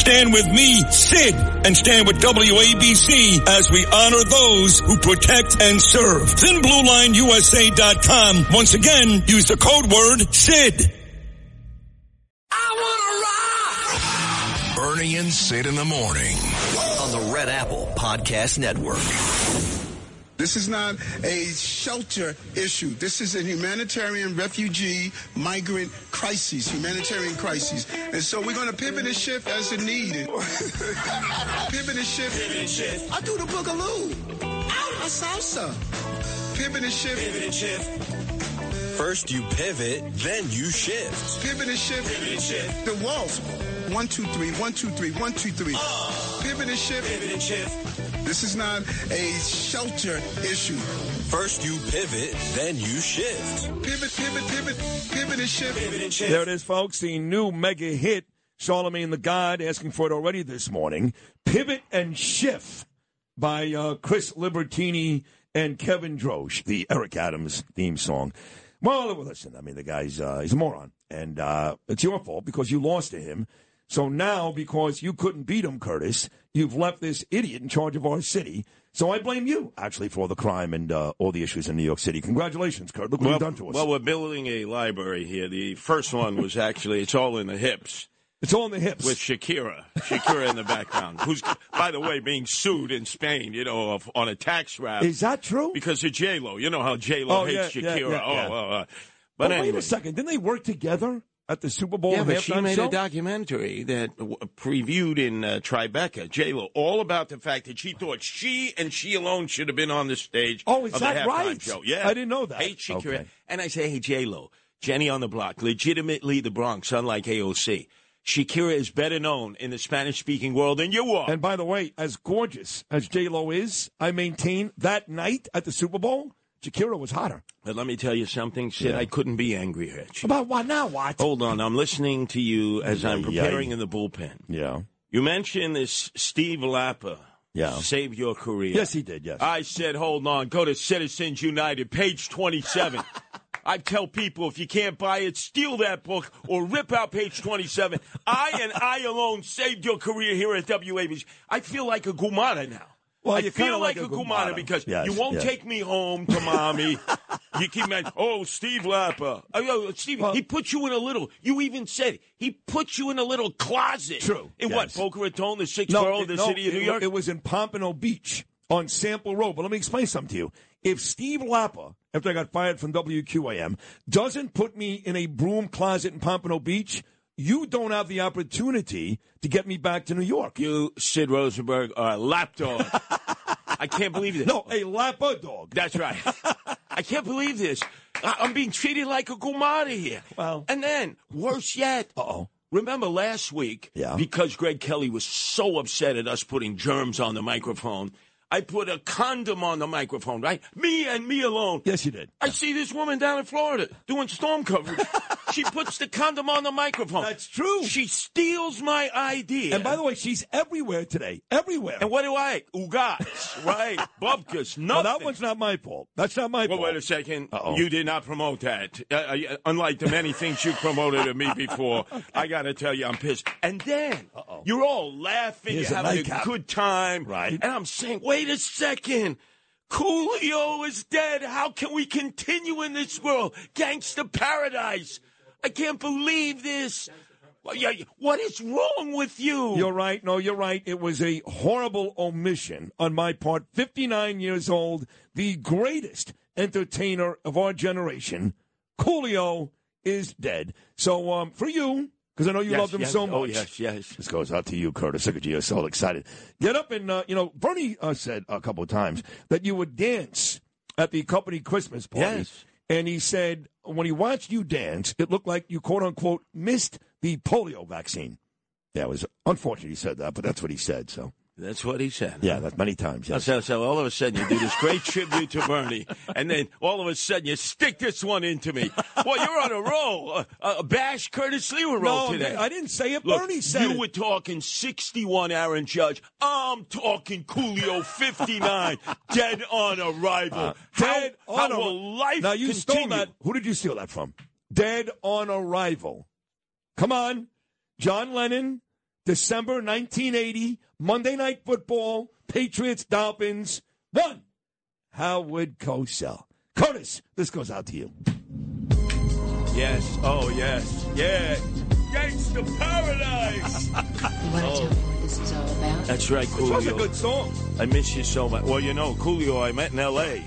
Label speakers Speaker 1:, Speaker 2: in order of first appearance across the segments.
Speaker 1: Stand with me, Sid, and stand with WABC as we honor those who protect and serve. ThinBlueLineUSA.com. Once again, use the code word SID.
Speaker 2: Bernie and Sid in the morning.
Speaker 3: on the Red Apple Podcast Network.
Speaker 4: This is not a shelter issue. This is a humanitarian refugee migrant crisis, humanitarian crisis. And so we're going to pivot and shift as it needed. pivot and shift. I do the boogaloo. Out of salsa. Pivot and shift. Pivot and shift.
Speaker 5: First you pivot, then you shift.
Speaker 4: Pivot and shift. The waltz. One, two, three, one, two, three, one, two, three. Pivot and shift. Pivot and shift. This is not a shelter issue.
Speaker 5: First you pivot, then you shift.
Speaker 4: Pivot, pivot, pivot, pivot and shift. Pivot and
Speaker 1: There it is, folks. The new mega hit, Charlemagne the God, asking for it already this morning. Pivot and Shift by uh, Chris Libertini and Kevin Drosch, the Eric Adams theme song. Well, listen, I mean, the guy's uh, he's a moron, and uh, it's your fault because you lost to him. So now, because you couldn't beat him, Curtis, you've left this idiot in charge of our city. So I blame you, actually, for all the crime and uh, all the issues in New York City. Congratulations, Kurt. Look what you've done to us.
Speaker 5: well, we're building a library here. The first one was actually it's all in the hips
Speaker 1: it's all in the hips.
Speaker 5: with Shakira, Shakira in the background, who's by the way being sued in Spain, you know, of, on a tax rap
Speaker 1: Is that true?
Speaker 5: because of J Lo. You know how J Lo
Speaker 1: Oh,
Speaker 5: hates
Speaker 1: yeah, yeah,
Speaker 5: Shakira.
Speaker 1: yeah, yeah.
Speaker 5: Oh, oh, oh.
Speaker 1: But
Speaker 5: but
Speaker 1: wait
Speaker 5: anyway.
Speaker 1: a second, didn't they work together at the Super Bowl?
Speaker 5: Yeah, but
Speaker 1: halftime
Speaker 5: she made
Speaker 1: show?
Speaker 5: a documentary that w- previewed in uh, Tribeca, J Lo, all about the fact that she thought she and she alone should have been on the stage.
Speaker 1: Oh, is
Speaker 5: of the
Speaker 1: that
Speaker 5: halftime
Speaker 1: right?
Speaker 5: Show. Yeah,
Speaker 1: I didn't know that.
Speaker 5: Hey, Shakira,
Speaker 1: Okay.
Speaker 5: and I say, hey, J Lo, Jenny on the Block, legitimately the Bronx, unlike AOC. Shakira is better known in the Spanish-speaking world than you are.
Speaker 1: And by the way, as gorgeous as J Lo is, I maintain that night at the Super Bowl, Shakira was hotter.
Speaker 5: but let me tell you something, Sid. I couldn't be angrier at you.
Speaker 1: About why now? What?
Speaker 5: Hold on, I'm listening to you as I'm preparing in the bullpen.
Speaker 1: Yeah.
Speaker 5: You mentioned this Steve Lappa.
Speaker 1: Yeah.
Speaker 5: Save your career.
Speaker 1: Yes, he did. Yes.
Speaker 5: I said, hold on, go to Citizens United, page 27. I tell people if you can't buy it, steal that book or rip out page 27. I and I alone saved your career here at WABC. I feel like a Gumana now.
Speaker 1: Well,
Speaker 5: I
Speaker 1: you're kinda
Speaker 5: feel
Speaker 1: like
Speaker 5: like,
Speaker 1: a
Speaker 5: a Gumana
Speaker 1: Gumana.
Speaker 5: because
Speaker 1: Yes,
Speaker 5: you won't
Speaker 1: yes.
Speaker 5: take me home to mommy. you keep mentioning, oh, Steve Lappa. Oh, yo, Steve,
Speaker 1: Well-
Speaker 5: he put you in a little, you even said, he put you in a little closet.
Speaker 1: True,
Speaker 5: In what,
Speaker 1: yes.
Speaker 5: Boca Raton, the sixth borough of the city of
Speaker 1: it,
Speaker 5: New York?
Speaker 1: It was in Pompano Beach on Sample Road. But let me explain something to you. If Steve Lappa, after I got fired from WQAM, doesn't put me in a broom closet in Pompano Beach, you don't have the opportunity to get me back to New York.
Speaker 5: You, Sid Rosenberg, are a lapdog. I can't believe this.
Speaker 1: No, a Lappa dog.
Speaker 5: That's right. I can't believe this. I- I'm being treated like a gumata here.
Speaker 1: Well-
Speaker 5: And then, worse yet,
Speaker 1: Uh-oh.
Speaker 5: remember last week,
Speaker 1: Yeah.
Speaker 5: because Greg Kelly was so upset at us putting germs on the microphone, I put a condom on the microphone, right? Me and me alone.
Speaker 1: Yes, you did.
Speaker 5: I see this woman down in Florida doing storm coverage. she puts the condom on the microphone.
Speaker 1: That's true.
Speaker 5: She steals my idea.
Speaker 1: And by the way, she's everywhere today. Everywhere.
Speaker 5: And what do I? Ugats, right? Bubkas, nothing.
Speaker 1: well, that one's not my fault. That's not my
Speaker 5: Well,
Speaker 1: fault.
Speaker 5: wait a 2nd
Speaker 1: Uh-oh.
Speaker 5: You did not promote that. Uh, Uh, unlike the many things you promoted to me before, I got to tell you, I'm pissed. And then you're all laughing,
Speaker 1: Here's
Speaker 5: you're
Speaker 1: a
Speaker 5: having
Speaker 1: nightcap.
Speaker 5: a good time,
Speaker 1: Right.
Speaker 5: And I'm saying, wait a second. Coolio is dead. How can we continue in this world? Gangsta paradise. I can't believe this. Well, yeah, yeah. What is wrong with you?
Speaker 1: You're right. No, you're right. It was a horrible omission on my part. 59 years old, the greatest entertainer of our generation, Coolio, is dead. So, um, for you, because I know you
Speaker 5: Yes,
Speaker 1: loved him
Speaker 5: yes.
Speaker 1: so much.
Speaker 5: Oh, yes, yes.
Speaker 1: This goes out to you, Curtis. Look at you, you're so excited. Get up and, uh, you know, Bernie uh, said a couple of times that you would dance at the company Christmas party.
Speaker 5: Yes.
Speaker 1: And he said when he watched you dance, it looked like you, quote unquote, missed the polio vaccine. Yeah, it was unfortunate he said that, but that's what he said. So
Speaker 5: That's what he said.
Speaker 1: yeah, that many times. Yes.
Speaker 5: So, so all of a sudden you do this great tribute to Bernie, and then all of a sudden you stick this one into me. Boy, you're on a roll. Uh, uh, bash Curtis Lewa roll
Speaker 1: no,
Speaker 5: today.
Speaker 1: I didn't say it.
Speaker 5: Look,
Speaker 1: Bernie said
Speaker 5: you
Speaker 1: it.
Speaker 5: were talking 61 Aaron Judge. I'm talking Coolio 59, dead on arrival.
Speaker 1: Uh, Dead
Speaker 5: how,
Speaker 1: on
Speaker 5: how
Speaker 1: arri-
Speaker 5: will life
Speaker 1: Now you
Speaker 5: continue?
Speaker 1: stole that. Who did you steal that from? Dead on arrival. Come on, John Lennon, December 1980, Monday Night Football, Patriots Dolphins. One, Howard Cosell. Curtis, this goes out to you.
Speaker 5: Yes. Oh, yes. Yeah. Gangsta paradise. Oh.
Speaker 2: You want to tell me what this is all about?
Speaker 5: That's right,
Speaker 1: It was a
Speaker 5: Coolio.
Speaker 1: good song.
Speaker 5: I miss you so much. Well, you know, Coolio, I met in L.A.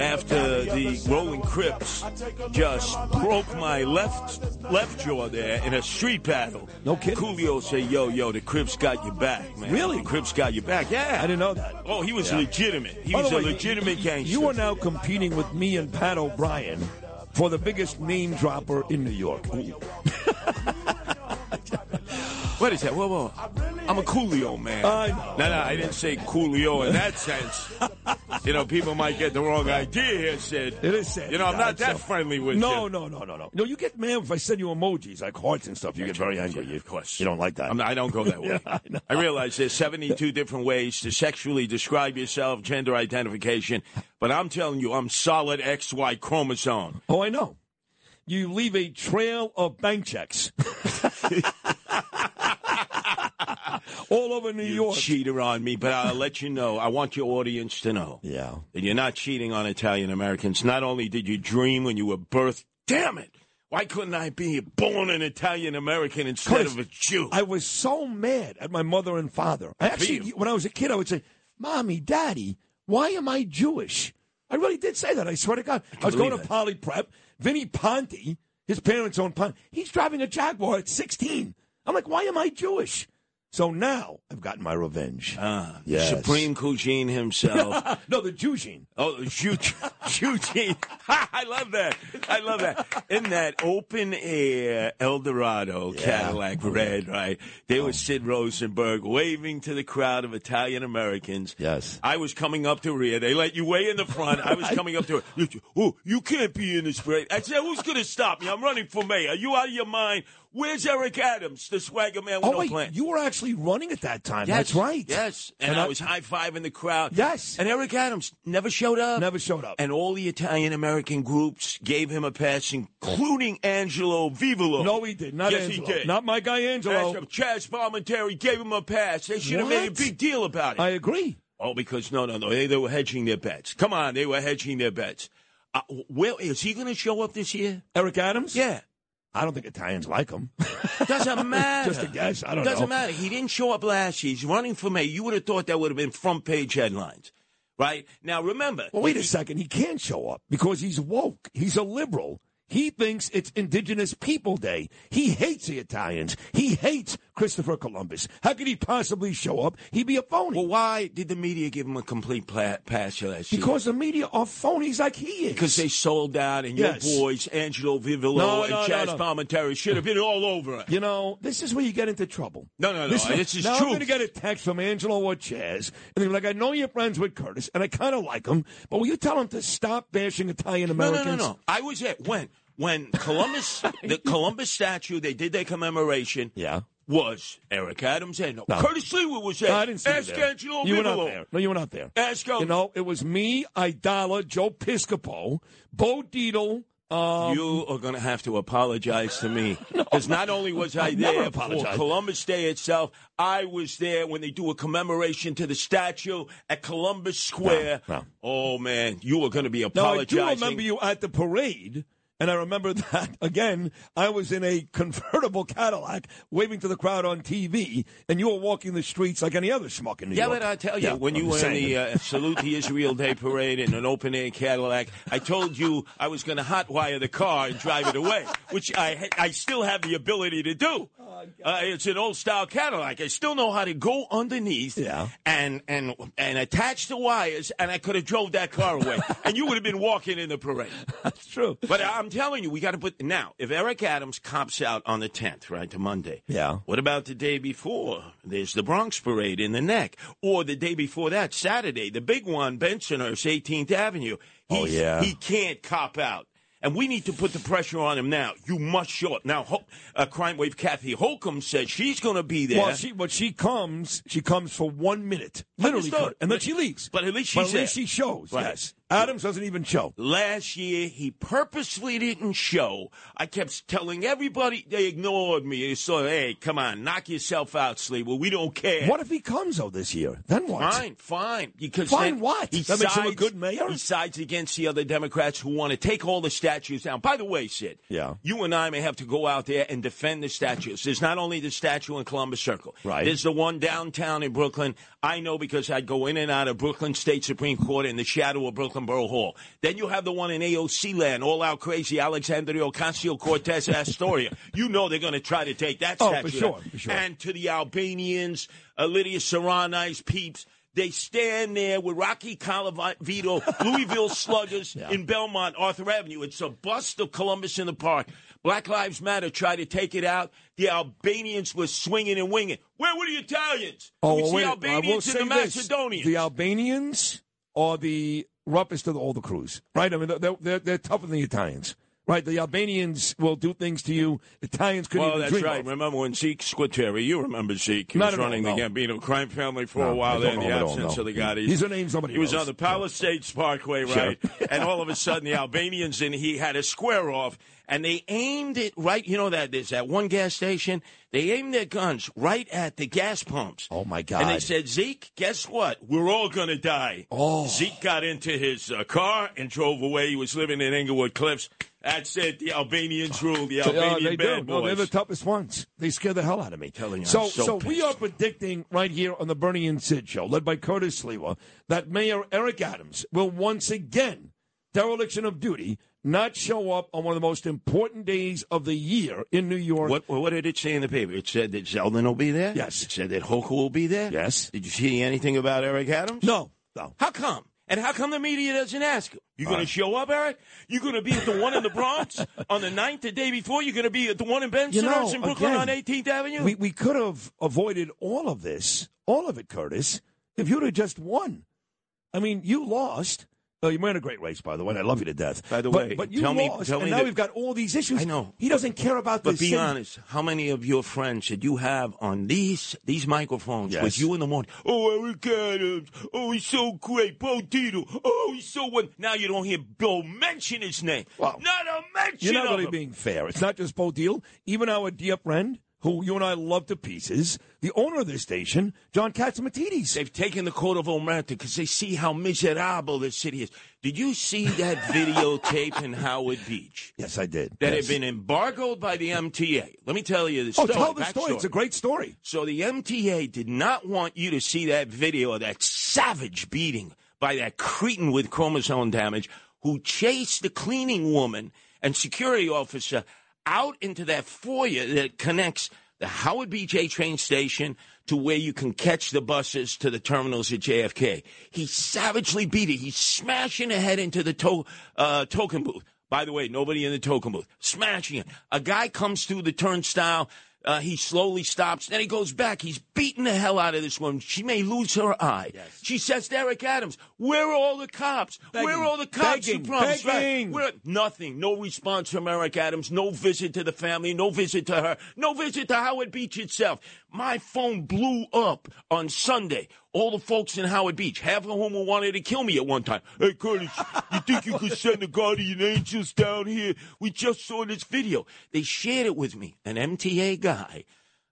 Speaker 5: after the Rolling Crips just broke my left left jaw there in a street battle.
Speaker 1: No kidding.
Speaker 5: Coolio said, "Yo, yo, the Crips got your back, man.
Speaker 1: Really?
Speaker 5: The Crips got your back. Yeah,
Speaker 1: I didn't know that.
Speaker 5: Oh, he was legitimate. He
Speaker 1: By
Speaker 5: was
Speaker 1: the
Speaker 5: a
Speaker 1: way,
Speaker 5: legitimate gangster.
Speaker 1: You are now competing with me and Pat O'Brien for the biggest name dropper in New York.
Speaker 5: What is that? Whoa, whoa. I'm a Coolio man.
Speaker 1: I know.
Speaker 5: No, no, I didn't say Coolio in that sense. you know, people might get the wrong idea here, Sid.
Speaker 1: It is sad.
Speaker 5: You know, I'm not that
Speaker 1: So-
Speaker 5: friendly with you.
Speaker 1: no, No, no, no, no, no. No, you get mad if I send you emojis like hearts and stuff. You get very angry. You,
Speaker 5: Of course.
Speaker 1: You don't like that.
Speaker 5: I'm not- I don't go that way.
Speaker 1: Yeah, I know.
Speaker 5: realize there's 72 different ways to sexually describe yourself, gender identification, but I'm telling you, I'm solid XY chromosome.
Speaker 1: oh, I know. You leave a trail of bank checks. All over New
Speaker 5: You
Speaker 1: York.
Speaker 5: cheater on me, but I'll let you know. I want your audience to know
Speaker 1: Yeah.
Speaker 5: that you're not cheating on Italian Americans. Not only did you dream when you were birthed, damn it! Why couldn't I be born an Italian American instead of a Jew?
Speaker 1: I was so mad at my mother and father. I actually,
Speaker 5: you.
Speaker 1: when I was a kid, I would say, "Mommy, Daddy, why am I Jewish?" I really did say that. I swear to God, I, was going
Speaker 5: believe
Speaker 1: to
Speaker 5: it.
Speaker 1: Poly Prep. Vinny Ponte, his parents own Ponte. He's driving a Jaguar at 16. I'm like, "Why am I Jewish?" So now I've gotten my revenge.
Speaker 5: Ah, the
Speaker 1: Yes.
Speaker 5: Supreme Cuisine himself.
Speaker 1: no, the Jewgene.
Speaker 5: Oh, huge, huge! I love that. I love that. In that open air Eldorado Cadillac
Speaker 1: Oh,
Speaker 5: Red, right? There was Sid Rosenberg waving to the crowd of Italian Americans.
Speaker 1: Yes.
Speaker 5: I was coming up the rear. They let you way in the front. I was coming up to it. Oh, you can't be in this parade. I said, "Who's going to stop me? I'm running for mayor. Are you out of your mind? Where's Eric Adams, the swagger man with
Speaker 1: Oh
Speaker 5: no
Speaker 1: wait,
Speaker 5: plan?"
Speaker 1: you were actually running at that time.
Speaker 5: Yes,
Speaker 1: That's right.
Speaker 5: Yes. And,
Speaker 1: And
Speaker 5: I,
Speaker 1: I-
Speaker 5: was high fiving the crowd.
Speaker 1: Yes.
Speaker 5: And Eric Adams never showed up.
Speaker 1: Never showed up.
Speaker 5: And all the Italian American groups gave him a pass, including Angelo Vivolo.
Speaker 1: No, he did. Not
Speaker 5: yes,
Speaker 1: Angelo.
Speaker 5: he did.
Speaker 1: Not my guy Angelo.
Speaker 5: Angelo. Chaz Palminteri gave him a pass. They should have made a
Speaker 1: What?
Speaker 5: big deal about it.
Speaker 1: I agree.
Speaker 5: oh, because no, no, no. They, they were hedging their bets. Come on, they were hedging their bets. Uh, where is he going to show up this year?
Speaker 1: Eric Adams.
Speaker 5: Yeah,
Speaker 1: I don't think Italians like him.
Speaker 5: doesn't matter.
Speaker 1: Just a guess. I don't
Speaker 5: Doesn't
Speaker 1: know.
Speaker 5: matter. He didn't show up last year. He's running for mayor. You would have thought that would have been front page headlines, right? Now remember,
Speaker 1: Well, wait a second. He can show up because he's woke. He's a liberal. He thinks it's Indigenous People Day. He hates the Italians. He hates Christopher Columbus. How could he possibly show up? He'd be a phony.
Speaker 5: well, why did the media give him a complete pla- pass last year?
Speaker 1: because the media are phonies like he is.
Speaker 5: Because they sold out, and
Speaker 1: Yes.
Speaker 5: your boys, Angelo Vivolo
Speaker 1: No,
Speaker 5: and
Speaker 1: no, no,
Speaker 5: Chaz
Speaker 1: no.
Speaker 5: Palminteri, should have been all over it.
Speaker 1: You know, this is where you get into trouble.
Speaker 5: No, no, no, this is
Speaker 1: now I'm
Speaker 5: truth.
Speaker 1: going to get a text from Angelo or Chaz, and they're like, I know you're friends with Curtis, and I kind of like him, but will you tell him to stop bashing Italian
Speaker 5: No, no,
Speaker 1: Americans?
Speaker 5: no, no. I was at when when Columbus, the Columbus statue, they did their commemoration.
Speaker 1: Yeah.
Speaker 5: was Eric Adams there? No,
Speaker 1: No.
Speaker 5: Curtis Lewa was there.
Speaker 1: No, I didn't see
Speaker 5: Ask
Speaker 1: you there.
Speaker 5: Angelo
Speaker 1: You were
Speaker 5: Vivolo.
Speaker 1: not there. No, you were not there.
Speaker 5: Ask him.
Speaker 1: You know, it was me, Idala, Joe Piscopo, Bo Deedle. Uh,
Speaker 5: You are going to have to apologize to me because not only was I
Speaker 1: I'll never
Speaker 5: there for
Speaker 1: apologize.
Speaker 5: Columbus Day itself, I was there when they do a commemoration to the statue at Columbus Square.
Speaker 1: no.
Speaker 5: Oh man, you are going to be
Speaker 1: now, I
Speaker 5: apologizing.
Speaker 1: do remember you at the parade, and I remember that, again, I was in a convertible Cadillac waving to the crowd on TV, and you were walking the streets like any other schmuck in New
Speaker 5: Yeah,
Speaker 1: York.
Speaker 5: but I tell you,
Speaker 1: Yeah,
Speaker 5: when
Speaker 1: I'm
Speaker 5: you were in
Speaker 1: saying
Speaker 5: the
Speaker 1: it.
Speaker 5: uh, Salute the Israel Day parade in an open air Cadillac, I told you I was going to hotwire the car and drive it away, which I ha- I still have the ability to do. Uh, it's an old style Cadillac. I still know how to go underneath
Speaker 1: Yeah.
Speaker 5: and and and attach the wires, and I could have drove that car away, and you would have been walking in the parade.
Speaker 1: That's true.
Speaker 5: But I'm telling you, we got to put now. If Eric Adams cops out on the 10th, right, to Monday.
Speaker 1: Yeah.
Speaker 5: What about the day before? There's the Bronx Parade in the neck, or the day before that, Saturday, the big one, Bensonhurst, 18th Avenue.
Speaker 1: Oh,
Speaker 5: He's-
Speaker 1: yeah.
Speaker 5: He can't cop out. And we need to put the pressure on him now. You must show up. Now, Ho- uh, Crime Wave Kathy Holcomb said she's going to be there.
Speaker 1: Well, she but she comes. She comes for one minute, literally,
Speaker 5: Understood.
Speaker 1: comes, and then she leaves.
Speaker 5: But at least she's
Speaker 1: But at least
Speaker 5: there.
Speaker 1: she shows.
Speaker 5: Right.
Speaker 1: Yes, Adams doesn't even show.
Speaker 5: Last year, he purposely didn't show. I kept telling everybody they ignored me. They said, "Hey, come on, knock yourself out, Sleeve. Well, we don't care."
Speaker 1: What if he comes though this year? Then what?
Speaker 5: Fine, fine. Because
Speaker 1: Fine
Speaker 5: then
Speaker 1: what?
Speaker 5: He
Speaker 1: That
Speaker 5: sides,
Speaker 1: makes him a good mayor?
Speaker 5: He sides against the other Democrats who want to take all the statues down. By the way, Sid.
Speaker 1: Yeah.
Speaker 5: You and I may have to go out there and defend the statues. There's not only the statue in Columbus Circle.
Speaker 1: Right.
Speaker 5: There's the one downtown in Brooklyn. I know because I'd go in and out of Brooklyn State Supreme Court in the shadow of Brooklyn Borough Hall. Then you have the one in AOC land, all out crazy Alexandria Ocasio Cortez Astoria. you know they're going to try to take that
Speaker 1: Oh,
Speaker 5: statue.
Speaker 1: for sure,
Speaker 5: down.
Speaker 1: for sure.
Speaker 5: And and to the Albanians, uh, Lydia Serrano's peeps. They stand there with Rocky Calavito, Louisville Sluggers in Belmont, Arthur Avenue. It's a bust of Columbus in the park. Black Lives Matter tried to take it out. The Albanians were swinging and winging. Where were the Italians?
Speaker 1: Oh,
Speaker 5: we
Speaker 1: well,
Speaker 5: see
Speaker 1: wait. I will
Speaker 5: Albanians
Speaker 1: say
Speaker 5: and the
Speaker 1: this.
Speaker 5: Macedonians.
Speaker 1: The Albanians are the roughest of all the crews, right? I mean, they're, they're, they're tougher than the Italians, right? The Albanians will do things to you. Italians couldn't
Speaker 5: well,
Speaker 1: even
Speaker 5: that's
Speaker 1: dream
Speaker 5: right.
Speaker 1: of.
Speaker 5: Remember when Zeke Squateri, you remember Zeke, he
Speaker 1: Not
Speaker 5: was
Speaker 1: at all,
Speaker 5: running
Speaker 1: no.
Speaker 5: the Gambino crime family for
Speaker 1: No,
Speaker 5: a
Speaker 1: I
Speaker 5: while there in
Speaker 1: don't
Speaker 5: the
Speaker 1: know him at all,
Speaker 5: absence
Speaker 1: no.
Speaker 5: of the Gaudis.
Speaker 1: He's a name somebody
Speaker 5: He was
Speaker 1: knows.
Speaker 5: on the Palisades Parkway,
Speaker 1: Sure.
Speaker 5: right? and all of a sudden, the Albanians and he had a square off, and they aimed it right. You know that there's that one gas station. They aimed their guns right at the gas pumps.
Speaker 1: Oh, my
Speaker 5: And they
Speaker 1: God.
Speaker 5: said, Zeke, guess what? We're all gonna die.
Speaker 1: Oh.
Speaker 5: Zeke got into his uh, car and drove away. He was living in Englewood Cliffs. That's it. The Albanians rule. The
Speaker 1: Yeah,
Speaker 5: Albanian
Speaker 1: they
Speaker 5: bad
Speaker 1: do.
Speaker 5: boys.
Speaker 1: No, they're the toughest ones. They scare the hell out of me.
Speaker 5: Telling you,
Speaker 1: so,
Speaker 5: I'm so
Speaker 1: we
Speaker 5: pissed.
Speaker 1: are predicting right here on the Bernie and Sid show, led by Curtis Lewa, that Mayor Eric Adams will once again, dereliction of duty, not show up on one of the most important days of the year in New York.
Speaker 5: What what did it say in the paper? It said that Zeldin will be there.
Speaker 1: Yes.
Speaker 5: It said that Hoku will be there.
Speaker 1: Yes.
Speaker 5: Did you see anything about Eric Adams?
Speaker 1: No, no.
Speaker 5: How come? And how come the media doesn't ask him? You going to show up, Eric? You going to be at the one in the Bronx on the ninth the day before? You going to be at the one in Bensonhurst
Speaker 1: You know,
Speaker 5: in Brooklyn on
Speaker 1: again,
Speaker 5: 18th Avenue?
Speaker 1: We, we could have avoided all of this, all of it, Curtis, if you'd have just won. I mean, you lost. Oh, you ran a great race, by the way. and I love you to death.
Speaker 5: By the
Speaker 1: But-
Speaker 5: way,
Speaker 1: but you
Speaker 5: tell me-
Speaker 1: lost,
Speaker 5: tell
Speaker 1: and
Speaker 5: me
Speaker 1: now
Speaker 5: that-
Speaker 1: we've got all these issues.
Speaker 5: I know.
Speaker 1: he doesn't care about
Speaker 5: but
Speaker 1: this.
Speaker 5: be
Speaker 1: thing.
Speaker 5: honest, how many of your friends that you have on these these microphones
Speaker 1: Yes.
Speaker 5: with you in the morning? Oh, Eric Adams. Oh, he's so great. Bo Dietl. Oh, he's so what? Now you don't hear Bill mention his name.
Speaker 1: Well,
Speaker 5: Not a mention
Speaker 1: You're not
Speaker 5: of
Speaker 1: really
Speaker 5: him.
Speaker 1: being fair. It's not just Bo Deal. Even our dear friend, who you and I love to pieces, the owner of this station, John Katzmatidis.
Speaker 5: They've taken the coat of omerta because they see how miserable this city is. Did you see that videotape in Howard Beach
Speaker 1: Yes, I did.
Speaker 5: that
Speaker 1: yes.
Speaker 5: had been embargoed by the MTA? Let me tell you the
Speaker 1: Oh,
Speaker 5: story.
Speaker 1: tell the
Speaker 5: backstory.
Speaker 1: story. It's a great story.
Speaker 5: So the MTA did not want you to see that video of that savage beating by that cretin with chromosome damage who chased the cleaning woman and security officer out into that foyer that connects the Howard Beach A train station to where you can catch the buses to the terminals at JFK. He savagely beat it. He's smashing a head into the to- uh, token booth. By the way, nobody in the token booth. Smashing it. A guy comes through the turnstile. Uh, he slowly stops. Then he goes back. He's beating the hell out of this woman. She may lose her eye. She says to Eric Adams, Where are all the cops? Where are all the cops
Speaker 1: Begging.
Speaker 5: who promised?
Speaker 1: Begging.
Speaker 5: Right. Where, nothing. No response from Eric Adams. No visit to the family. No visit to her. No visit to Howard Beach itself. My phone blew up on Sunday. All the folks in Howard Beach, half of whom were wanted to kill me at one time. Hey, Curtis, you think you could send the guardian angels down here? We just saw this video. They shared it with me. An MTA guy.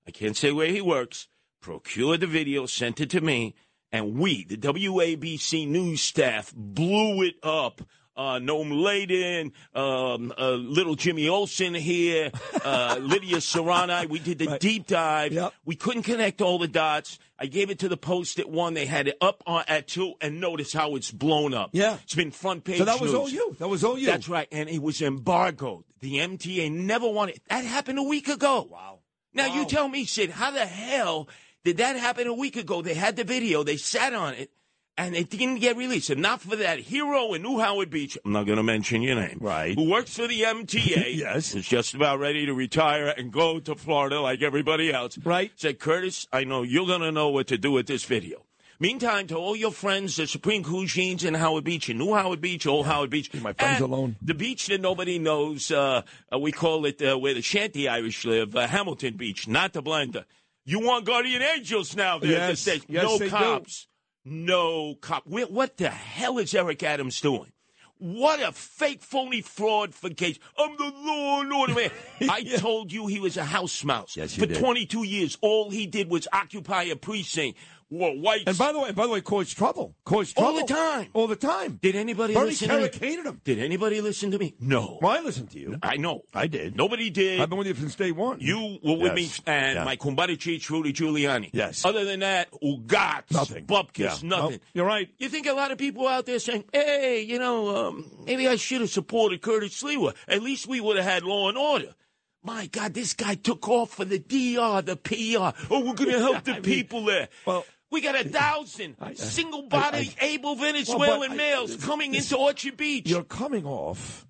Speaker 5: I can't say where he works. Procured the video, sent it to me, and we, the WABC news staff, blew it up. Uh, Noam Layden, um, uh, little Jimmy Olsen here, uh, Lydia Serrani. We did the deep dive.
Speaker 1: Yep.
Speaker 5: We couldn't connect all the dots. I gave it to the Post at one. They had it up on, at two, and notice how it's blown up.
Speaker 1: Yeah.
Speaker 5: It's been front page
Speaker 1: So that was
Speaker 5: news.
Speaker 1: all you. That was all you.
Speaker 5: That's right, and it was embargoed. The MTA never wanted. That happened a week ago. Wow. Now you tell me, Sid, how the hell did that happen a week ago? They had the video, they sat on it, and it didn't get released. And not for that hero in New Howard Beach, I'm not going to mention your name,
Speaker 1: Right.
Speaker 5: Who works for the MTA?
Speaker 1: Yes.
Speaker 5: is just about ready to retire and go to Florida like everybody else.
Speaker 1: Right.
Speaker 5: Said Curtis, I know you're going to know what to do with this video. Meantime, to all your friends, the Supreme Cuisines in Howard Beach, in New Howard Beach, Old Howard Beach,
Speaker 1: my friends
Speaker 5: and
Speaker 1: alone.
Speaker 5: the beach that nobody knows, uh, uh, we call it uh, where the shanty Irish live, uh, Hamilton Beach, not the blender. You want guardian angels now there at the
Speaker 1: Yes.
Speaker 5: station.
Speaker 1: Yes,
Speaker 5: no
Speaker 1: they do.
Speaker 5: cops. No cop. Wh- What the hell is Eric Adams doing? What a fake, phony fraud for Gates. I'm the law and order man. I told you he was a house mouse.
Speaker 1: Yes, you
Speaker 5: for
Speaker 1: did.
Speaker 5: 22 years, all he did was occupy a precinct. Wore white
Speaker 1: And by the way, and by the way, caused trouble. Caused trouble
Speaker 5: All the time.
Speaker 1: All the time.
Speaker 5: Did anybody
Speaker 1: Bernie
Speaker 5: listen
Speaker 1: Carrick
Speaker 5: to me?
Speaker 1: hated him.
Speaker 5: Did anybody listen to me? No.
Speaker 1: Well, I listened to you.
Speaker 5: I know.
Speaker 1: I did.
Speaker 5: Nobody did.
Speaker 1: I've been with you since day one.
Speaker 5: you were with
Speaker 1: Yes.
Speaker 5: me and
Speaker 1: Yeah.
Speaker 5: Mike Kumbarichich, Rudy Giuliani.
Speaker 1: Yes.
Speaker 5: Other than that, Ugat,
Speaker 1: Nothing.
Speaker 5: Bupkis,
Speaker 1: Yeah.
Speaker 5: nothing.
Speaker 1: Nope. You're right.
Speaker 5: You think a lot of people out there saying, hey, you know, um, maybe I should have supported Curtis Lewa. At least we would have had law and order. My God, this guy took off for the DR, the PR. Oh, we're going to help the people there.
Speaker 1: well-
Speaker 5: we got a thousand single body, able Venezuelan
Speaker 1: I- uh,
Speaker 5: males coming
Speaker 1: this-
Speaker 5: into Orchard Beach.
Speaker 1: You're coming off.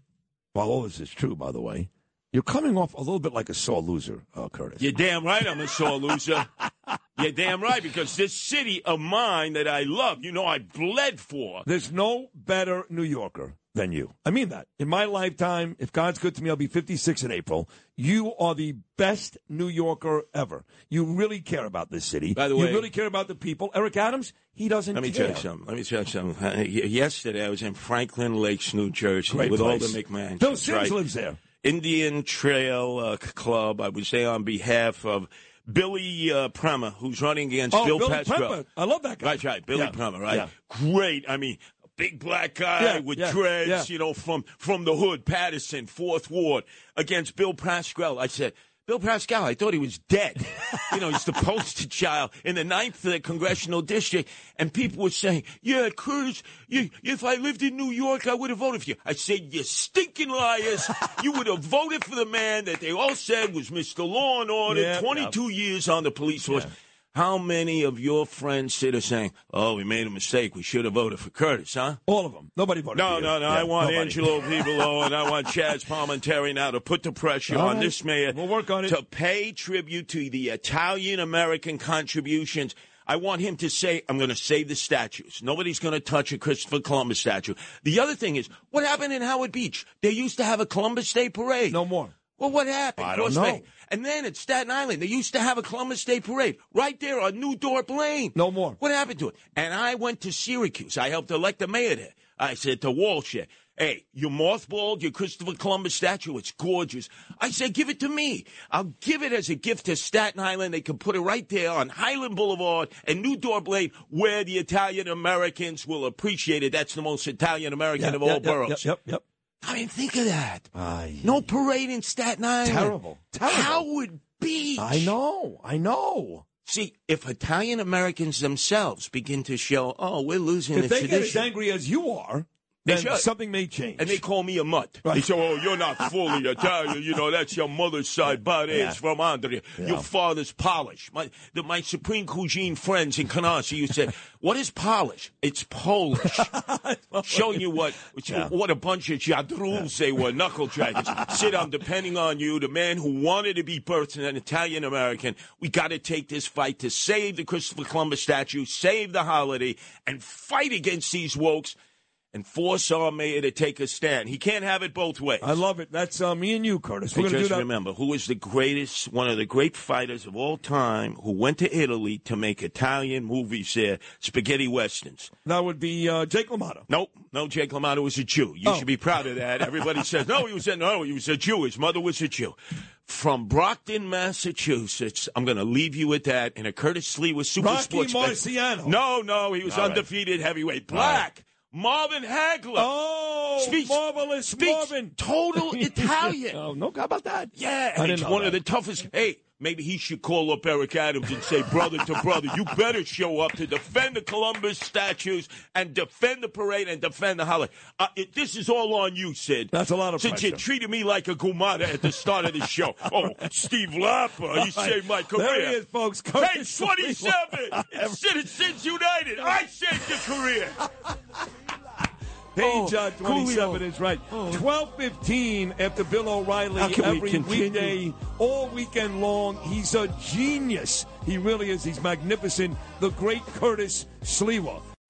Speaker 1: Well, all this is true, by the way. You're coming off a little bit like a sore loser, uh, Curtis.
Speaker 5: You're damn right I'm a sore loser. You're damn right because this city of mine that I love, you know, I bled for.
Speaker 1: There's no better New Yorker than you. I mean that. In my lifetime, if God's good to me, I'll be 56 in April. You are the best New Yorker ever. You really care about this city.
Speaker 5: By the way-
Speaker 1: you really care about the people. Eric Adams, he doesn't
Speaker 5: Let me
Speaker 1: care.
Speaker 5: tell you something. Let me tell you something. Uh, y- yesterday I was in Franklin Lakes, New Jersey,
Speaker 1: Great
Speaker 5: with all
Speaker 1: place.
Speaker 5: the McMahons.
Speaker 1: Bill
Speaker 5: That's
Speaker 1: Sims
Speaker 5: right.
Speaker 1: lives there.
Speaker 5: Indian Trail uh, c- Club. I would say on behalf of Billy uh, Prema, who's running against
Speaker 1: Oh,
Speaker 5: Bill
Speaker 1: Billy
Speaker 5: Pascrell.
Speaker 1: Prema. I love that guy.
Speaker 5: Right, right. Billy
Speaker 1: Yeah.
Speaker 5: Prema, right?
Speaker 1: Yeah.
Speaker 5: Great. I mean, big black guy
Speaker 1: Yeah,
Speaker 5: with
Speaker 1: yeah,
Speaker 5: dreads,
Speaker 1: yeah.
Speaker 5: you know, from from the hood, Patterson, Fourth Ward, against Bill Pascrell. I said. Bill Pascal, I thought he was dead. You know, he's the poster child in the ninth uh, congressional district, and people were saying, "Yeah, Curtis, you, if I lived in New York, I would have voted for you." I said, "You stinking liars! you would have voted for the man that they all said was Mr. Law and Order,
Speaker 1: Yeah, yeah.
Speaker 5: 22 years on the police force." How many of your friends sit there saying, "Oh, we made a mistake. We should have voted for Curtis, huh?"
Speaker 1: All of them. Nobody voted
Speaker 5: No,
Speaker 1: for you.
Speaker 5: no, no.
Speaker 1: Yeah,
Speaker 5: I want
Speaker 1: nobody.
Speaker 5: Angelo Vivolo and I want Chaz Palmenteri now to put the pressure
Speaker 1: All
Speaker 5: on
Speaker 1: right.
Speaker 5: this mayor.
Speaker 1: We'll work on it.
Speaker 5: To pay tribute to the Italian American contributions. I want him to say, I'm going to save the statues. Nobody's going to touch a Christopher Columbus statue. The other thing is, what happened in Howard Beach? They used to have a Columbus Day parade.
Speaker 1: No more.
Speaker 5: Well, what happened?
Speaker 1: I don't
Speaker 5: Cross
Speaker 1: know.
Speaker 5: Bay. And then at Staten Island, they used to have a Columbus Day parade right there on New Dorp Lane.
Speaker 1: No more.
Speaker 5: What happened to it? And I went to Syracuse. I helped elect the mayor there. I said to Walsh, there, hey, you mothballed your Christopher Columbus statue. It's gorgeous. I said, give it to me. I'll give it as a gift to Staten Island. They can put it right there on Highland Boulevard and New Dorp Lane where the Italian Americans will appreciate it. That's the most Italian American
Speaker 1: Yeah,
Speaker 5: of
Speaker 1: yeah,
Speaker 5: all
Speaker 1: yep,
Speaker 5: boroughs.
Speaker 1: Yep, yep, yep.
Speaker 5: I mean, think of that.
Speaker 1: Aye.
Speaker 5: no parade in Staten Island.
Speaker 1: Terrible. Terrible.
Speaker 5: Howard Beach.
Speaker 1: I know. I know.
Speaker 5: See, if Italian Americans themselves begin to show, oh, we're losing
Speaker 1: if
Speaker 5: the
Speaker 1: they get as
Speaker 5: tradition,
Speaker 1: angry as you are,
Speaker 5: They
Speaker 1: then
Speaker 5: should.
Speaker 1: something may change.
Speaker 5: and they call me a mutt. They say, oh, you're not fully Italian. You know, that's your mother's side, but it's from Andrea. Your father's Polish. My, the, my Supreme Cuisine friends in Canarsie used to say, what is Polish? It's Polish. Showing you what what a bunch of jadruls they were, knuckle dragons. Sid, I'm depending on you, the man who wanted to be birthed an Italian American. We got to take this fight to save the Christopher Columbus statue, save the holiday, and fight against these wokes and force our mayor to take a stand. He can't have it both ways.
Speaker 1: I love it. That's uh, me and you, Curtis.
Speaker 5: And
Speaker 1: We're going to do
Speaker 5: just
Speaker 1: that.
Speaker 5: remember who is the greatest, one of the great fighters of all time, who went to Italy to make Italian movies there, spaghetti westerns.
Speaker 1: That would be uh, Jake LaMotta.
Speaker 5: Nope, no, Jake LaMotta was a Jew. You
Speaker 1: Oh.
Speaker 5: should be proud of that. Everybody says, no, he was a, no, he was a Jew. His mother was a Jew. From Brockton, Massachusetts, I'm going to leave you with that. And a Curtis Lee was super
Speaker 1: Rocky
Speaker 5: sports.
Speaker 1: Marciano.
Speaker 5: No, no, he was undefeated heavyweight. Black. Marvin Hagler.
Speaker 1: Oh, Oh, marvelous
Speaker 5: speaks
Speaker 1: Marvin.
Speaker 5: total Italian.
Speaker 1: Oh, no, how about that?
Speaker 5: Yeah,
Speaker 1: I
Speaker 5: and
Speaker 1: didn't
Speaker 5: it's
Speaker 1: know
Speaker 5: one
Speaker 1: that.
Speaker 5: of the toughest. Hey, maybe he should call up Eric Adams and say, brother to brother, you better show up to defend the Columbus statues and defend the parade and defend the holiday. Uh, it, this is all on you, Sid.
Speaker 1: That's a lot of
Speaker 5: Since you
Speaker 1: pressure.
Speaker 5: treated me like a gumata at the start of the show. Oh, Steve Lapa, you saved my career.
Speaker 1: There he is, folks.
Speaker 5: Page
Speaker 1: Curtis
Speaker 5: 27,
Speaker 1: Lewa.
Speaker 5: it's Citizens United. I saved your career.
Speaker 1: Page uh,
Speaker 5: Oh, Coolio.
Speaker 1: 27 is right. 1215 after Bill O'Reilly
Speaker 5: How can we
Speaker 1: every
Speaker 5: continue?
Speaker 1: weekday, all weekend long. He's a genius. He really is. He's magnificent. The great Curtis Slewa.